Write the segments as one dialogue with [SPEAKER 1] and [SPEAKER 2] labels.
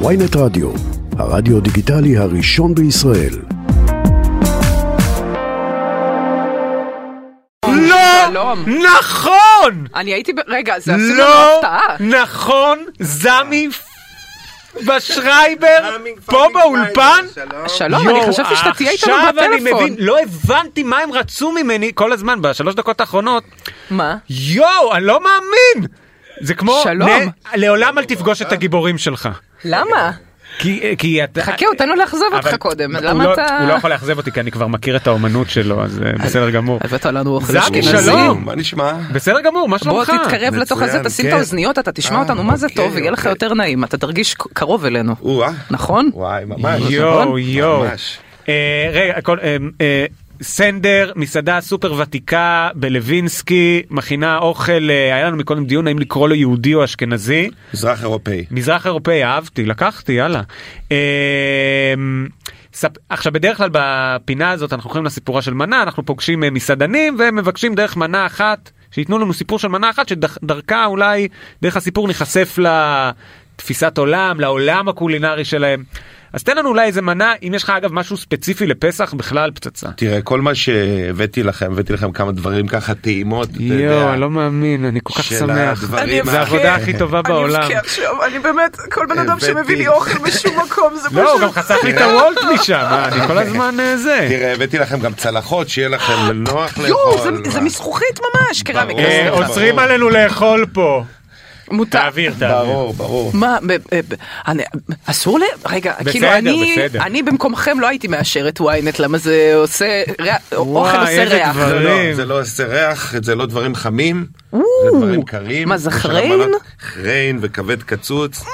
[SPEAKER 1] ויינט רדיו, הרדיו דיגיטלי הראשון בישראל.
[SPEAKER 2] שלום.
[SPEAKER 3] נכון!
[SPEAKER 2] אני הייתי ב... רגע, זה אפילו לא
[SPEAKER 3] לא! לא
[SPEAKER 2] הפתעה.
[SPEAKER 3] נכון, זמי בשרייבר פה באולפן?
[SPEAKER 2] שלום, לא, אני
[SPEAKER 3] יואו,
[SPEAKER 2] חשבתי שאתה תהיה איתנו
[SPEAKER 3] עכשיו אני
[SPEAKER 2] בטלפון.
[SPEAKER 3] מבין, לא הבנתי מה הם רצו ממני כל הזמן בשלוש דקות האחרונות.
[SPEAKER 2] מה?
[SPEAKER 3] יואו, אני לא מאמין! זה כמו,
[SPEAKER 2] שלום.
[SPEAKER 3] נ- לעולם אל תפגוש את הגיבורים שלך.
[SPEAKER 2] למה?
[SPEAKER 3] כי, כי אתה...
[SPEAKER 2] חכה, אותנו לאכזב אותך
[SPEAKER 3] אבל
[SPEAKER 2] קודם,
[SPEAKER 3] הוא
[SPEAKER 2] למה
[SPEAKER 3] לא-
[SPEAKER 2] אתה...
[SPEAKER 3] הוא לא יכול לאכזב אותי כי אני כבר מכיר את האומנות שלו, אז אה, בסדר גמור.
[SPEAKER 2] הבאת לנו אוכל
[SPEAKER 3] זמי,
[SPEAKER 2] אשכנזי.
[SPEAKER 3] שלום.
[SPEAKER 4] מה נשמע?
[SPEAKER 3] בסדר גמור, מה
[SPEAKER 2] בוא
[SPEAKER 3] שלומך?
[SPEAKER 2] תתקרב לתוך
[SPEAKER 4] מצוין,
[SPEAKER 2] הזה, תשים את
[SPEAKER 4] כן.
[SPEAKER 2] האוזניות, אתה תשמע
[SPEAKER 4] אה,
[SPEAKER 2] אותנו, מה זה
[SPEAKER 4] אוקיי,
[SPEAKER 2] טוב, יהיה לך
[SPEAKER 4] אוקיי.
[SPEAKER 2] יותר נעים, אתה תרגיש ק- קרוב אלינו,
[SPEAKER 4] או-אה.
[SPEAKER 2] נכון?
[SPEAKER 4] וואי, ממש. נכון?
[SPEAKER 3] יואו יואו.
[SPEAKER 4] ממש.
[SPEAKER 3] אה, רגע, הכל, אה, אה, סנדר, מסעדה סופר ותיקה בלווינסקי, מכינה אוכל, אה, היה לנו מקודם דיון האם לקרוא לו יהודי או אשכנזי.
[SPEAKER 4] מזרח אירופאי.
[SPEAKER 3] מזרח אירופאי, אהבתי, לקחתי, יאללה. אה, ספ... עכשיו בדרך כלל בפינה הזאת אנחנו הולכים לסיפורה של מנה, אנחנו פוגשים אה, מסעדנים ומבקשים דרך מנה אחת, שייתנו לנו סיפור של מנה אחת שדרכה אולי, דרך הסיפור ניחשף לתפיסת עולם, לעולם הקולינרי שלהם. אז תן לנו אולי איזה מנה, אם יש לך אגב משהו ספציפי לפסח בכלל פצצה.
[SPEAKER 4] תראה, כל מה שהבאתי לכם, הבאתי לכם כמה דברים ככה טעימות. אתה יודע.
[SPEAKER 3] יואו, אני לא מאמין, אני כל כך
[SPEAKER 4] של
[SPEAKER 3] שמח.
[SPEAKER 4] הדברים
[SPEAKER 3] זה
[SPEAKER 4] ה-
[SPEAKER 3] העבודה הכי טובה בעולם.
[SPEAKER 2] עכשיו, אני באמת, כל בן
[SPEAKER 4] אדם שמביא הבאתי. לי אוכל
[SPEAKER 2] משום מקום, זה
[SPEAKER 3] לא, הוא גם חסך לי את הוולט משם, אה, אני כל הזמן אה, זה.
[SPEAKER 4] אוקיי. תראה, הבאתי לכם גם צלחות, שיהיה לכם נוח לאכול. אה,
[SPEAKER 2] יואו, זה- זה
[SPEAKER 4] מה?
[SPEAKER 2] מזכוכית ממש, קרמיקה.
[SPEAKER 4] ברור.
[SPEAKER 3] אה,
[SPEAKER 2] סליחה.
[SPEAKER 3] עוצרים עלינו לאכול פה.
[SPEAKER 2] מותר.
[SPEAKER 3] תעביר, תעביר.
[SPEAKER 4] ברור, ברור.
[SPEAKER 2] מה, ב- ב- ב- אני- אסור ל... רגע,
[SPEAKER 3] בסדר,
[SPEAKER 2] כאילו אני,
[SPEAKER 3] בסדר.
[SPEAKER 2] אני במקומכם לא הייתי מאשר את ynet, למה זה עושה, ריח- אוכל עושה
[SPEAKER 3] איזה
[SPEAKER 2] ריח.
[SPEAKER 3] דבר.
[SPEAKER 4] זה לא-
[SPEAKER 3] דברים.
[SPEAKER 4] זה לא עושה ריח, זה לא דברים חמים, זה דברים קרים.
[SPEAKER 2] מה, זה
[SPEAKER 4] יש שם
[SPEAKER 2] חריין?
[SPEAKER 4] מנות חריין וכבד קצוץ. מה?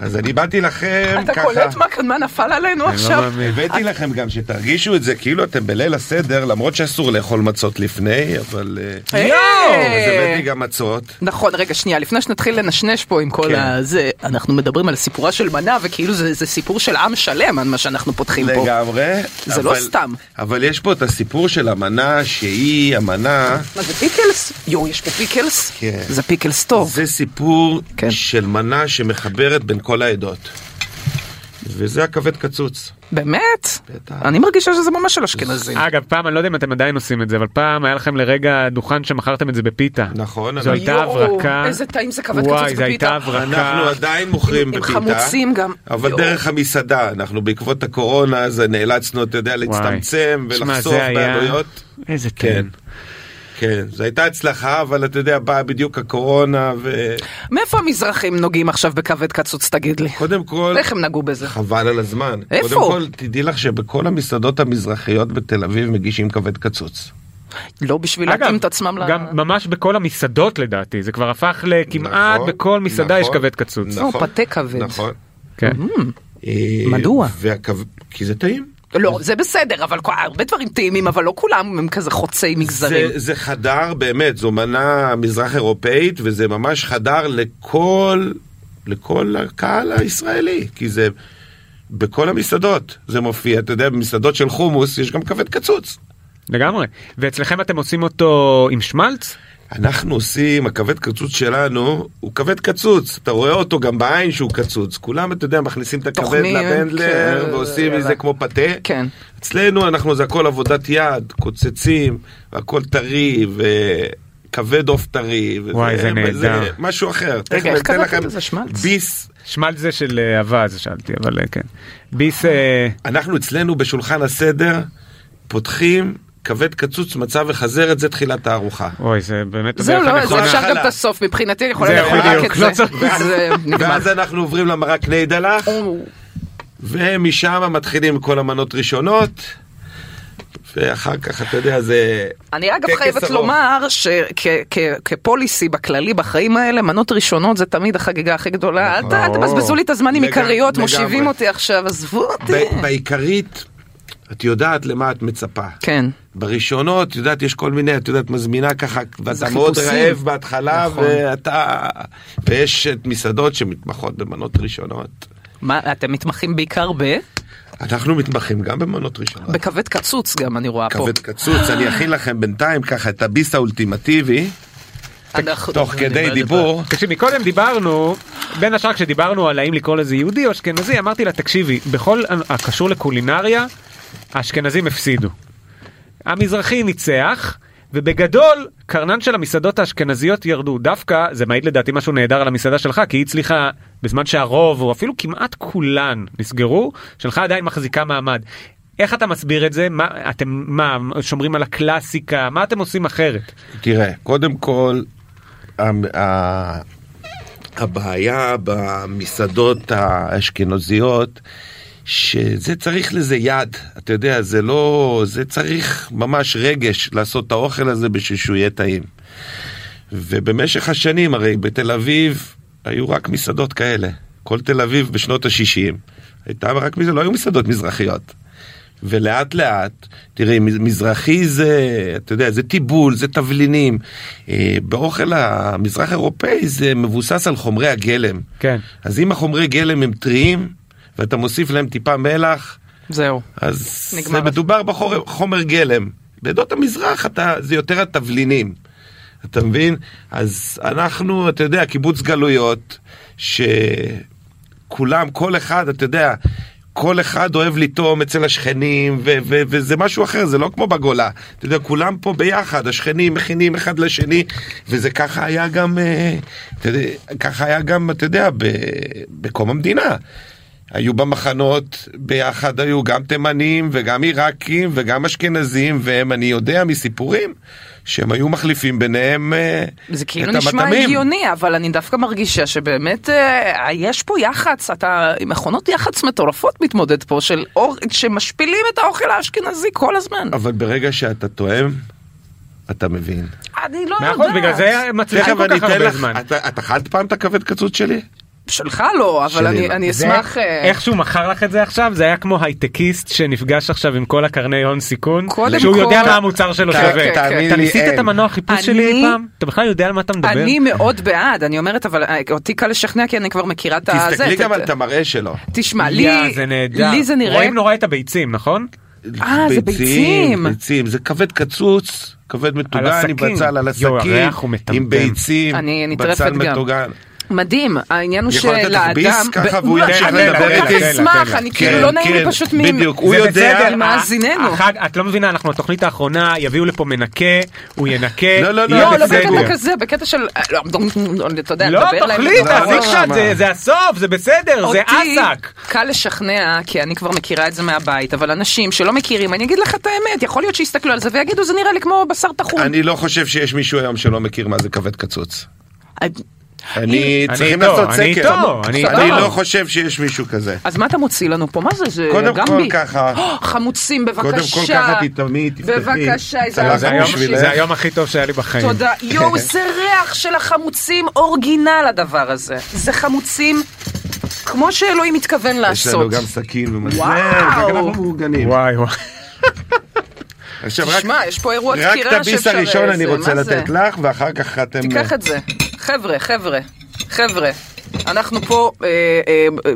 [SPEAKER 4] אז אני באתי לכם
[SPEAKER 2] אתה
[SPEAKER 4] ככה. לא
[SPEAKER 2] קולט מה- מה נפל עלינו עכשיו?
[SPEAKER 4] הבאתי לכם גם שתרגישו את זה כאילו אתם בליל הסדר למרות שאסור לאכול מצות לפני אבל אה,
[SPEAKER 2] אה,
[SPEAKER 4] אז הבאתי גם מצות.
[SPEAKER 2] נכון, רגע, שנייה, לפני שנתחיל לנשנש פה עם כל
[SPEAKER 4] כן.
[SPEAKER 2] הזה, אנחנו מדברים על סיפורה של מנה, וכאילו זה זה סיפור של עם שלם, על מה שאנחנו פותחים פה.
[SPEAKER 4] לגמרי.
[SPEAKER 2] זה לא
[SPEAKER 4] אבל-
[SPEAKER 2] סתם.
[SPEAKER 4] אבל יש פה את הסיפור של המנה שהיא המנה,
[SPEAKER 2] מה זה פיקלס? יואו, יש פה פיקלס?
[SPEAKER 4] כן.
[SPEAKER 2] זה פיקלס טוב.
[SPEAKER 4] זה סיפור
[SPEAKER 2] כן.
[SPEAKER 4] של מנה שמחברת בין כל העדות. וזה הכבד קצוץ.
[SPEAKER 2] באמת?
[SPEAKER 4] בטח.
[SPEAKER 2] אני מרגישה שזה ממש של אשכנזים.
[SPEAKER 3] אגב, פעם, אני לא יודע אם אתם עדיין עושים את זה, אבל פעם היה לכם לרגע דוכן שמכרתם את זה בפיתה.
[SPEAKER 4] נכון,
[SPEAKER 3] זו
[SPEAKER 4] אנחנו-
[SPEAKER 3] הייתה
[SPEAKER 2] יואו,
[SPEAKER 3] הברקה.
[SPEAKER 2] איזה טעים זה כבד
[SPEAKER 3] וואי,
[SPEAKER 2] קצוץ
[SPEAKER 3] זו
[SPEAKER 2] בפיתה.
[SPEAKER 3] הייתה
[SPEAKER 4] אנחנו
[SPEAKER 3] הברקה.
[SPEAKER 4] עדיין מוכרים
[SPEAKER 2] עם- עם
[SPEAKER 4] בפיתה,
[SPEAKER 2] חמוצים גם. לא.
[SPEAKER 4] אבל
[SPEAKER 2] יואו.
[SPEAKER 4] דרך המסעדה, אנחנו בעקבות הקורונה, אז נאלצנו, אתה יודע, להצטמצם
[SPEAKER 3] וואי. שמע,
[SPEAKER 4] ולחסוך
[SPEAKER 3] זה היה-
[SPEAKER 4] בעלויות.
[SPEAKER 3] איזה טעים.
[SPEAKER 4] כן, זו הייתה הצלחה, אבל אתה יודע, באה בדיוק הקורונה, וקודם
[SPEAKER 2] מאיפה המזרחים נוגעים עכשיו בכבד קצוץ, תגיד לי?
[SPEAKER 4] כל,
[SPEAKER 2] איך הם נגעו בזה?
[SPEAKER 4] חבל על הזמן.
[SPEAKER 2] איפה?
[SPEAKER 4] קודם כל, תדעי לך שבכל המסעדות המזרחיות בתל אביב מגישים כבד קצוץ.
[SPEAKER 2] לא בשביל
[SPEAKER 3] אגב,
[SPEAKER 2] להתאים את עצמם ל...
[SPEAKER 3] גם ממש בכל המסעדות לדעתי, זה כבר הפך לכמעט
[SPEAKER 4] נכון,
[SPEAKER 3] בכל מסעדה יש
[SPEAKER 4] נכון,
[SPEAKER 3] כבד קצוץ.
[SPEAKER 2] נכון. או, פתה כבד.
[SPEAKER 4] נכון.
[SPEAKER 3] כן.
[SPEAKER 4] אה,
[SPEAKER 2] מדוע?
[SPEAKER 4] והכב- כי זה טעים.
[SPEAKER 2] לא, זה בסדר, אבל כל- הרבה דברים טעימים, אבל לא כולם הם כזה חוצי מגזרים.
[SPEAKER 4] זה, זה חדר באמת, זו מנה מזרח אירופאית, וזה ממש חדר לכל, לכל הקהל הישראלי, כי זה בכל המסעדות זה מופיע, אתה יודע, במסעדות של חומוס יש גם כבד קצוץ.
[SPEAKER 3] לגמרי. ואצלכם אתם עושים אותו עם שמלץ?
[SPEAKER 4] אנחנו עושים, הכבד קצוץ שלנו הוא כבד קצוץ, אתה רואה אותו גם בעין שהוא קצוץ, כולם אתה יודע מכניסים את הכבד
[SPEAKER 2] טוחנים,
[SPEAKER 4] לבנדלר
[SPEAKER 2] כן,
[SPEAKER 4] ועושים
[SPEAKER 2] יאללה.
[SPEAKER 4] מזה כמו פתה,
[SPEAKER 2] כן.
[SPEAKER 4] אצלנו אנחנו זה הכל עבודת יד, קוצצים, הכל טרי וכבד עוף טרי, וזה-
[SPEAKER 3] וואי, זה נהדר.
[SPEAKER 4] וזה משהו אחר, תכף
[SPEAKER 2] איך
[SPEAKER 4] אני אתן
[SPEAKER 2] קראת
[SPEAKER 4] לכם
[SPEAKER 2] לזה? שמלץ?
[SPEAKER 4] ביס,
[SPEAKER 3] שמלץ זה של אה, אווז, שאלתי, אבל אה, כן. ביס... אה,
[SPEAKER 4] אנחנו אצלנו בשולחן הסדר פותחים כבד קצוץ מצה וחזרת זה תחילת הארוחה.
[SPEAKER 3] אוי, זה באמת
[SPEAKER 2] זהו,
[SPEAKER 3] הדרך
[SPEAKER 2] לא,
[SPEAKER 3] הנכונה.
[SPEAKER 2] זה אפשר גם
[SPEAKER 4] החלה.
[SPEAKER 2] את הסוף, מבחינתי אני יכולה
[SPEAKER 3] זהו,
[SPEAKER 2] לאכול רק
[SPEAKER 3] בדיוק,
[SPEAKER 2] את
[SPEAKER 3] לא
[SPEAKER 2] זה.
[SPEAKER 3] צריך-
[SPEAKER 2] זה נגמר.
[SPEAKER 4] ואז אנחנו עוברים למרק ניידלח, ומשם מתחילים כל המנות ראשונות, ואחר כך, אתה יודע, זה...
[SPEAKER 2] אני אגב
[SPEAKER 4] טקס
[SPEAKER 2] חייבת
[SPEAKER 4] ארוך.
[SPEAKER 2] לומר שכפוליסי בכללי בחיים האלה, מנות ראשונות זה תמיד החגיגה הכי גדולה. אל ת- אל תבזבזו לי את הזמן עם
[SPEAKER 4] לגמרי,
[SPEAKER 2] עיקריות,
[SPEAKER 4] נכון. לגמרי.
[SPEAKER 2] מושיבים אותי עכשיו, עזבו אותי.
[SPEAKER 4] ב- בעיקרית, את יודעת למה את מצפה.
[SPEAKER 2] כן.
[SPEAKER 4] בראשונות, את יודעת, יש כל מיני, את יודעת, מזמינה ככה, ואתה
[SPEAKER 2] זה
[SPEAKER 4] מאוד
[SPEAKER 2] חיפושים.
[SPEAKER 4] רעב בהתחלה,
[SPEAKER 2] נכון.
[SPEAKER 4] ואתה... ויש את מסעדות שמתמחות במנות ראשונות.
[SPEAKER 2] מה, אתם מתמחים בעיקר ב...
[SPEAKER 4] אנחנו מתמחים גם במנות ראשונות.
[SPEAKER 2] בכבד קצוץ גם אני רואה פה.
[SPEAKER 4] כבד קצוץ, אני אכין לכם בינתיים ככה את הביס האולטימטיבי.
[SPEAKER 2] אנחנו-
[SPEAKER 4] תוך כדי דיבור,
[SPEAKER 3] תקשיב, מקודם דיברנו, בין השאר כשדיברנו על האם לקרוא לזה יהודי או אשכנזי, אמרתי לה, תקשיבי, בכל הקשור לקולינריה, האשכנזים הפסידו. המזרחי ניצח, ובגדול, קרנן של המסעדות האשכנזיות ירדו. דווקא, זה מעיד לדעתי משהו נהדר על המסעדה שלך, כי היא הצליחה, בזמן שהרוב, או אפילו כמעט כולן, נסגרו, שלך עדיין מחזיקה מעמד. איך אתה מסביר את זה? מה, אתם מה, שומרים על הקלאסיקה? מה אתם עושים אחרת?
[SPEAKER 4] תראה, קודם כל, המ- ה- הבעיה במסעדות האשכנזיות, שזה צריך לזה יד, אתה יודע, זה לא, זה צריך ממש רגש לעשות את האוכל הזה בשביל שהוא יהיה טעים. ובמשך השנים, הרי בתל אביב היו רק מסעדות כאלה. כל תל אביב בשנות ה-60, הייתה רק מסעדות, לא היו מסעדות מזרחיות. ולאט לאט, תראי, מז- מזרחי זה, אתה יודע, זה טיבול, זה תבלינים. אה, באוכל המזרח אירופאי זה מבוסס על חומרי הגלם.
[SPEAKER 3] כן.
[SPEAKER 4] אז אם החומרי גלם הם טריים, ואתה מוסיף להם טיפה מלח,
[SPEAKER 2] זהו.
[SPEAKER 4] אז
[SPEAKER 2] נגמר.
[SPEAKER 4] זה מדובר בחומר גלם. בעדות המזרח אתה, זה יותר התבלינים. אתה מבין? אז אנחנו, אתה יודע, קיבוץ גלויות, שכולם, כל אחד, אתה יודע, כל אחד אוהב לטעום אצל השכנים, ו- ו- וזה משהו אחר, זה לא כמו בגולה. אתה יודע, כולם פה ביחד, השכנים מכינים אחד לשני, וזה ככה היה גם, אה, אתה יודע, ככה היה גם, אתה יודע, ב- בקום המדינה. היו במחנות ביחד, היו גם תימנים וגם עיראקים וגם אשכנזים, והם, אני יודע מסיפורים, שהם היו מחליפים ביניהם אה,
[SPEAKER 2] זה כאילו
[SPEAKER 4] את
[SPEAKER 2] נשמע
[SPEAKER 4] המטעמים.
[SPEAKER 2] הגיוני, אבל אני דווקא מרגישה שבאמת אה, יש פה יח"צ, אתה עם מכונות יח"צ מטורפות מתמודד פה, של אור, שמשפילים את האוכל האשכנזי כל הזמן.
[SPEAKER 4] אבל ברגע שאתה תואם, אתה מבין.
[SPEAKER 2] אני לא
[SPEAKER 4] נכון,
[SPEAKER 3] מאה אחוז,
[SPEAKER 2] יודעת.
[SPEAKER 3] בגלל זה מצליחים
[SPEAKER 4] תכף
[SPEAKER 3] כל
[SPEAKER 4] אני
[SPEAKER 3] כך
[SPEAKER 4] אתן
[SPEAKER 3] הרבה
[SPEAKER 4] לך,
[SPEAKER 3] זמן.
[SPEAKER 4] אתה את אכלת פעם את הכבד קצוץ שלי?
[SPEAKER 2] שלך לא, אבל
[SPEAKER 4] שלי
[SPEAKER 2] אני-
[SPEAKER 4] לא.
[SPEAKER 2] אני
[SPEAKER 3] זה-
[SPEAKER 2] אשמח... אה,
[SPEAKER 3] איך שהוא מכר לך את זה עכשיו זה היה כמו הייטקיסט שנפגש עכשיו עם כל הקרני הון סיכון
[SPEAKER 2] קודם
[SPEAKER 3] שהוא
[SPEAKER 2] כל-
[SPEAKER 3] יודע מה המוצר שלו
[SPEAKER 2] כן, כן,
[SPEAKER 3] שווה.
[SPEAKER 2] כן.
[SPEAKER 4] תאמין
[SPEAKER 3] אתה
[SPEAKER 4] לי,
[SPEAKER 3] ניסית את
[SPEAKER 4] אין.
[SPEAKER 3] המנוע חיפוש שלי
[SPEAKER 2] אני-
[SPEAKER 3] אי פעם? אתה בכלל יודע על מה אתה מדבר?
[SPEAKER 2] אני מאוד בעד, אני אומרת, אבל אה, אותי קל לשכנע כי אני כבר מכירה את ה...
[SPEAKER 4] תסתכלי
[SPEAKER 2] זה,
[SPEAKER 4] גם
[SPEAKER 2] ת-
[SPEAKER 4] על את המראה שלו.
[SPEAKER 2] תשמע,
[SPEAKER 3] יא,
[SPEAKER 2] לי
[SPEAKER 3] זה נהדר.
[SPEAKER 2] לי זה נראה...
[SPEAKER 3] רואים נורא את הביצים נכון?
[SPEAKER 2] אה, זה ביצים.
[SPEAKER 4] ביצים, זה כבד קצוץ, כבד מטוגן עם
[SPEAKER 3] הסכין.
[SPEAKER 4] בצל על הסכין,
[SPEAKER 3] יואו, הריח הוא מטמטם.
[SPEAKER 4] עם ביצים,
[SPEAKER 2] אני נטרפת
[SPEAKER 4] בצל
[SPEAKER 2] גם.
[SPEAKER 4] מטוגן.
[SPEAKER 2] מדהים, העניין הוא
[SPEAKER 4] אני יכול לתת לך
[SPEAKER 2] שלאדם...
[SPEAKER 4] ביס ככה והוא
[SPEAKER 2] מה,
[SPEAKER 4] ימשיך
[SPEAKER 2] אני
[SPEAKER 3] לדבר
[SPEAKER 2] כל כך
[SPEAKER 3] איתי?
[SPEAKER 2] אשמח,
[SPEAKER 3] כן,
[SPEAKER 2] אני
[SPEAKER 4] כן,
[SPEAKER 2] כאילו לא נעים לי
[SPEAKER 4] כן,
[SPEAKER 2] פשוט מ...
[SPEAKER 4] בדיוק, הוא
[SPEAKER 3] זה
[SPEAKER 4] יודע-
[SPEAKER 3] בסדר,
[SPEAKER 2] מאזיננו.
[SPEAKER 3] החג- את לא מבינה אנחנו התוכנית האחרונה יביאו לפה מנקה הוא ינקה.
[SPEAKER 4] לא, לא, לא,
[SPEAKER 3] יהיה
[SPEAKER 2] לא, לא
[SPEAKER 3] בסדר.
[SPEAKER 2] בקטע כזה, בקטע של... לא, אתה יודע,
[SPEAKER 3] לא
[SPEAKER 2] לדבר להם-
[SPEAKER 3] תחליט
[SPEAKER 2] לא,
[SPEAKER 3] תחזיק
[SPEAKER 2] לא,
[SPEAKER 4] שם.
[SPEAKER 3] קצת זה- זה הסוף זה בסדר זה
[SPEAKER 2] אותי
[SPEAKER 3] אסק.
[SPEAKER 2] קל לשכנע, כי אני כבר מכירה את זה מהבית, אבל אנשים שלא מכירים, אני אגיד לך את האמת, יכול להיות שיסתכלו על זה ויגידו, זה נראה לי כמו בשר טחון.
[SPEAKER 4] אני לא חושב שיש מישהו היום שלא מכיר מה זה כבד קצוץ. אני
[SPEAKER 3] אני
[SPEAKER 4] צריכים
[SPEAKER 3] איתו,
[SPEAKER 4] לעשות סקר.
[SPEAKER 3] אני איתו, אני
[SPEAKER 4] אני
[SPEAKER 3] איתו.
[SPEAKER 4] לא חושב שיש מישהו כזה.
[SPEAKER 2] אז מה אתה מוציא לנו פה? מה זה? זה
[SPEAKER 4] קודם כל
[SPEAKER 2] גמבי.
[SPEAKER 4] ככה.
[SPEAKER 2] חמוצים, בבקשה.
[SPEAKER 4] קודם כל ככה תטעמי, תפתחי.
[SPEAKER 2] בבקשה, איזה
[SPEAKER 4] צלחת
[SPEAKER 3] זה
[SPEAKER 2] אהבה
[SPEAKER 3] היום-
[SPEAKER 4] בשבילך.
[SPEAKER 3] זה היום הכי טוב שהיה לי בחיים.
[SPEAKER 2] לא תודה. יואו, זה ריח של החמוצים אורגינל הדבר הזה. זה חמוצים כמו שאלוהים מתכוון
[SPEAKER 4] יש לנו
[SPEAKER 2] לעשות.
[SPEAKER 4] גם סכין ומזלג,
[SPEAKER 2] וואו.
[SPEAKER 4] וגם אנחנו מאורגנים.
[SPEAKER 3] וואי וואי.
[SPEAKER 4] עכשיו רק
[SPEAKER 2] תשמע, יש פה אירוע דקירה
[SPEAKER 4] רק
[SPEAKER 2] שאפשר... אה,
[SPEAKER 4] את הביס הראשון
[SPEAKER 2] זה,
[SPEAKER 4] אני רוצה
[SPEAKER 2] מה זה?
[SPEAKER 4] לתת לא, לך, ואחר כך אתם...
[SPEAKER 2] תיקח את זה. חבר'ה, חבר'ה, חבר'ה. אנחנו פה, אה, אה, אה,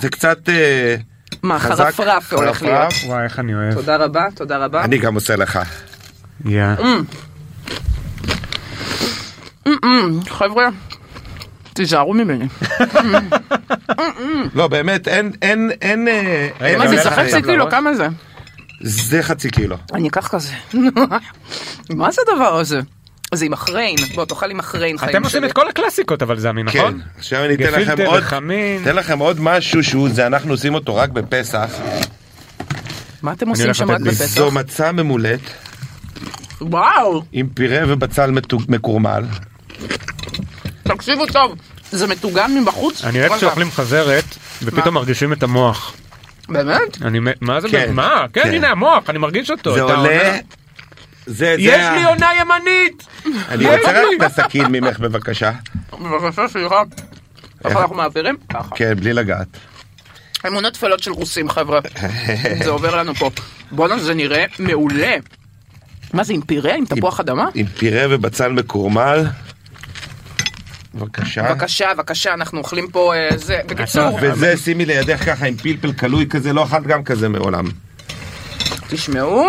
[SPEAKER 4] זה קצת אה,
[SPEAKER 2] מה,
[SPEAKER 4] חזק.
[SPEAKER 2] חרפרף הולך להיות.
[SPEAKER 4] חרפרף.
[SPEAKER 3] וואי איך אני אוהב.
[SPEAKER 2] תודה רבה, תודה רבה.
[SPEAKER 4] אני גם עושה לך.
[SPEAKER 3] יא.
[SPEAKER 4] אמ,
[SPEAKER 2] חבר'ה, תיזהרו ממני.
[SPEAKER 4] לא, באמת, אין, אין, אין... אה, אין
[SPEAKER 3] מה
[SPEAKER 2] מה
[SPEAKER 3] זה,
[SPEAKER 2] זה, זה
[SPEAKER 4] לך
[SPEAKER 3] זה חצי
[SPEAKER 2] חצי
[SPEAKER 4] חיים.
[SPEAKER 3] קילו,
[SPEAKER 2] קילו, כמה זה?
[SPEAKER 4] זה חצי קילו.
[SPEAKER 2] אני אקח כזה. מה זה הדבר הזה? זה עם אחריין. בוא, תאכל עם אחריין חיים
[SPEAKER 3] אתם עושים את כל הקלאסיקות אבל זמי
[SPEAKER 4] כן,
[SPEAKER 3] נכון?
[SPEAKER 4] עכשיו אני אתן לכם
[SPEAKER 3] גפילטע
[SPEAKER 4] עוד,
[SPEAKER 3] וחמין.
[SPEAKER 4] אתן לכם עוד משהו שהוא, זה אנחנו עושים אותו רק בפסח.
[SPEAKER 2] מה אתם
[SPEAKER 3] עושים
[SPEAKER 2] עושים
[SPEAKER 3] הולך שם
[SPEAKER 2] שם רק
[SPEAKER 3] לתת רק לי בפסח?
[SPEAKER 2] בפסח?
[SPEAKER 4] זו מצה ממולט
[SPEAKER 2] וואו,
[SPEAKER 4] עם פירה ובצל מתוג- מקורמל.
[SPEAKER 2] תקשיבו טוב. זה מטוגן מבחוץ?
[SPEAKER 3] אני אוהב שאוכלים חזרת ופתאום מרגישים את המוח.
[SPEAKER 2] באמת?
[SPEAKER 3] אני מ- מה זה
[SPEAKER 4] כן.
[SPEAKER 3] מה? כן
[SPEAKER 4] כן.
[SPEAKER 3] הנה המוח אני מרגיש אותו.
[SPEAKER 4] זה
[SPEAKER 3] את העונה.
[SPEAKER 4] עולה... זה, זה...
[SPEAKER 3] יש
[SPEAKER 4] ה-
[SPEAKER 3] לי עונה ימנית.
[SPEAKER 4] אני רוצה רק את הסכין ממך בבקשה.
[SPEAKER 2] בבקשה, סליחה. ככה אנחנו מעבירים? ככה.
[SPEAKER 4] כן, בלי לגעת.
[SPEAKER 2] אמונות טפלות של רוסים, חבר'ה. זה עובר לנו פה. בואנה, זה נראה מעולה. מה זה, עם פירה? עם תפוח אדמה?
[SPEAKER 3] אה?
[SPEAKER 4] עם פירה ובצל מקורמל. בבקשה.
[SPEAKER 2] בבקשה, בבקשה, אנחנו אוכלים פה אה, זה. בקיצור,
[SPEAKER 4] וזה שימי לידך ככה עם פלפל קלוי כזה, לא אכלת גם כזה מעולם.
[SPEAKER 2] תשמעו,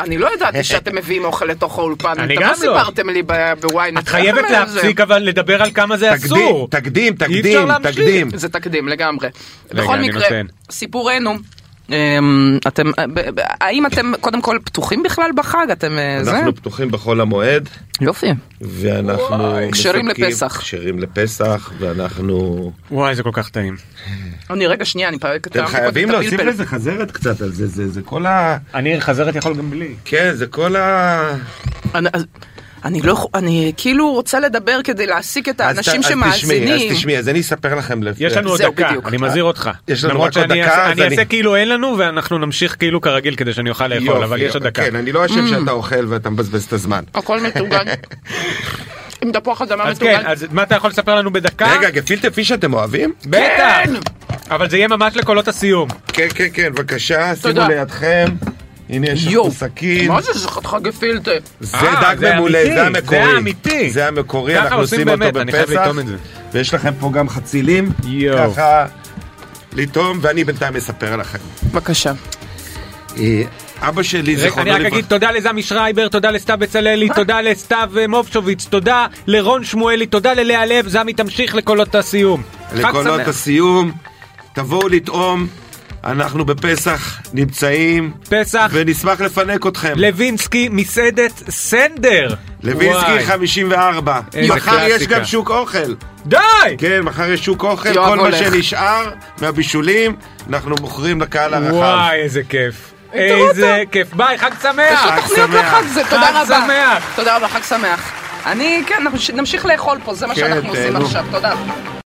[SPEAKER 2] אני לא ידעתי שאתם מביאים אוכל לתוך האולפן.
[SPEAKER 3] אני
[SPEAKER 2] אתם
[SPEAKER 3] גם
[SPEAKER 2] לא.
[SPEAKER 3] לא.
[SPEAKER 2] סיפרתם לי ב- בוויינט.
[SPEAKER 3] את חייבת
[SPEAKER 2] אבל זה-
[SPEAKER 3] להפסיק אבל לדבר על כמה זה
[SPEAKER 4] תקדים,
[SPEAKER 3] אסור.
[SPEAKER 4] תקדים,
[SPEAKER 3] אי אפשר
[SPEAKER 4] תקדים,
[SPEAKER 3] להמשיך.
[SPEAKER 4] תקדים.
[SPEAKER 2] זה תקדים לגמרי.
[SPEAKER 3] רגע,
[SPEAKER 2] בכל
[SPEAKER 3] אני
[SPEAKER 2] מקרה,
[SPEAKER 3] נותן.
[SPEAKER 2] סיפורנו. אמ, אתם, ב- ב- האם אתם קודם כל פתוחים בכלל בחג? אתם אה, זה?
[SPEAKER 4] אנחנו פתוחים בחול המועד,
[SPEAKER 2] יופי.
[SPEAKER 4] ואנחנו...
[SPEAKER 2] כשרים
[SPEAKER 4] מספקים-
[SPEAKER 2] לפסח.
[SPEAKER 4] כשרים לפסח, ואנחנו...
[SPEAKER 3] וואי זה כל כך טעים.
[SPEAKER 2] אני רגע שנייה, אני פרק
[SPEAKER 4] אתם חייבים להוסיף לזה חזרת קצת על זה, זה, זה כל ה...
[SPEAKER 3] אני חזרת יכול גם בלי.
[SPEAKER 4] כן, זה כל ה...
[SPEAKER 2] אני, אז- אני לא, יכול- אני כאילו רוצה לדבר כדי להעסיק את
[SPEAKER 4] אז ת-
[SPEAKER 2] האנשים
[SPEAKER 4] אז תשמעי,
[SPEAKER 2] שמאזינים.
[SPEAKER 4] אז תשמעי, אז אני אספר לכם לפני.
[SPEAKER 3] יש לנו עוד
[SPEAKER 2] זהו,
[SPEAKER 3] דקה,
[SPEAKER 2] בדיוק.
[SPEAKER 3] אני מזהיר אותך.
[SPEAKER 4] יש לנו
[SPEAKER 3] למרות
[SPEAKER 4] רק עוד
[SPEAKER 3] שאני
[SPEAKER 4] דקה,
[SPEAKER 3] אעשה-
[SPEAKER 4] אז
[SPEAKER 3] אני אעשה
[SPEAKER 4] אני-
[SPEAKER 3] כאילו אין לנו ואנחנו נמשיך כאילו כרגיל כדי שאני אוכל לאכול, אבל
[SPEAKER 4] יופי,
[SPEAKER 3] יש עוד דקה.
[SPEAKER 4] כן, אני לא
[SPEAKER 2] Mm.
[SPEAKER 4] אשם שאתה אוכל ואתה מבזבז את הזמן.
[SPEAKER 2] הכל מטוגן. עם תפוח אדמה
[SPEAKER 3] אז כן, אז מה אתה יכול לספר לנו בדקה?
[SPEAKER 4] רגע, כן. גפילטר פיש אתם אוהבים?
[SPEAKER 3] בטח!
[SPEAKER 2] כן!
[SPEAKER 3] אבל זה יהיה ממש לקולות הסיום.
[SPEAKER 4] כן, כן, כן, בבקשה, שימו
[SPEAKER 2] תודה.
[SPEAKER 4] לידכם. הנה יש
[SPEAKER 2] יואו,
[SPEAKER 4] לנו סכין.
[SPEAKER 2] מה זה, זה חתיכה גפילטה.
[SPEAKER 4] זה
[SPEAKER 3] אה,
[SPEAKER 4] דג
[SPEAKER 3] זה
[SPEAKER 4] ממולא,
[SPEAKER 3] אמיתי,
[SPEAKER 4] זה המקורי.
[SPEAKER 3] זה אמיתי.
[SPEAKER 4] זה המקורי,
[SPEAKER 3] ככה
[SPEAKER 4] אנחנו
[SPEAKER 3] עושים
[SPEAKER 4] עושים אותו
[SPEAKER 3] באמת, אני חייב
[SPEAKER 4] בפסח.
[SPEAKER 3] לטעום את זה.
[SPEAKER 4] ויש לכם פה גם חצילים.
[SPEAKER 3] יואו.
[SPEAKER 4] ככה לטעום, ואני בינתיים אספר לכם.
[SPEAKER 2] בבקשה.
[SPEAKER 4] אה, אבא שלי,
[SPEAKER 3] רגע,
[SPEAKER 4] זיכרונו
[SPEAKER 3] אני רק אגיד
[SPEAKER 4] לברכה.
[SPEAKER 3] תודה לזמי שרייבר, תודה לסתיו בצללי, תודה לסתיו אה, מובשוביץ, תודה לרון שמואלי, תודה ללאה לב, זמי תמשיך לקולות הסיום. חג
[SPEAKER 4] לקולות
[SPEAKER 3] שמח.
[SPEAKER 4] הסיום, תבואו לטעום. אנחנו בפסח נמצאים,
[SPEAKER 3] פסח,
[SPEAKER 4] ונשמח לפנק אתכם.
[SPEAKER 3] לוינסקי, מסעדת סנדר.
[SPEAKER 4] לוינסקי
[SPEAKER 3] וואי.
[SPEAKER 4] 54.
[SPEAKER 3] איזה
[SPEAKER 4] מחר יש
[SPEAKER 3] קלאסיקה.
[SPEAKER 4] גם שוק אוכל.
[SPEAKER 3] די!
[SPEAKER 4] כן, מחר יש שוק אוכל,
[SPEAKER 2] יואב
[SPEAKER 4] כל מה
[SPEAKER 2] הולך.
[SPEAKER 4] שנשאר מהבישולים, אנחנו מוכרים לקהל הרחב.
[SPEAKER 3] וואי, איזה כיף.
[SPEAKER 2] תראו
[SPEAKER 3] איזה כיף. ביי, חג
[SPEAKER 2] יש
[SPEAKER 3] שמח!
[SPEAKER 2] עוד
[SPEAKER 4] חג
[SPEAKER 2] תוכניות
[SPEAKER 4] שמח.
[SPEAKER 2] לחג זה, תודה
[SPEAKER 3] חג
[SPEAKER 2] רבה.
[SPEAKER 3] שמח.
[SPEAKER 2] תודה רבה, חג שמח. אני, כן, אנחנו נמשיך לאכול פה, זה מה
[SPEAKER 4] כן,
[SPEAKER 2] שאנחנו עושים
[SPEAKER 4] תהנו.
[SPEAKER 2] עכשיו, תודה.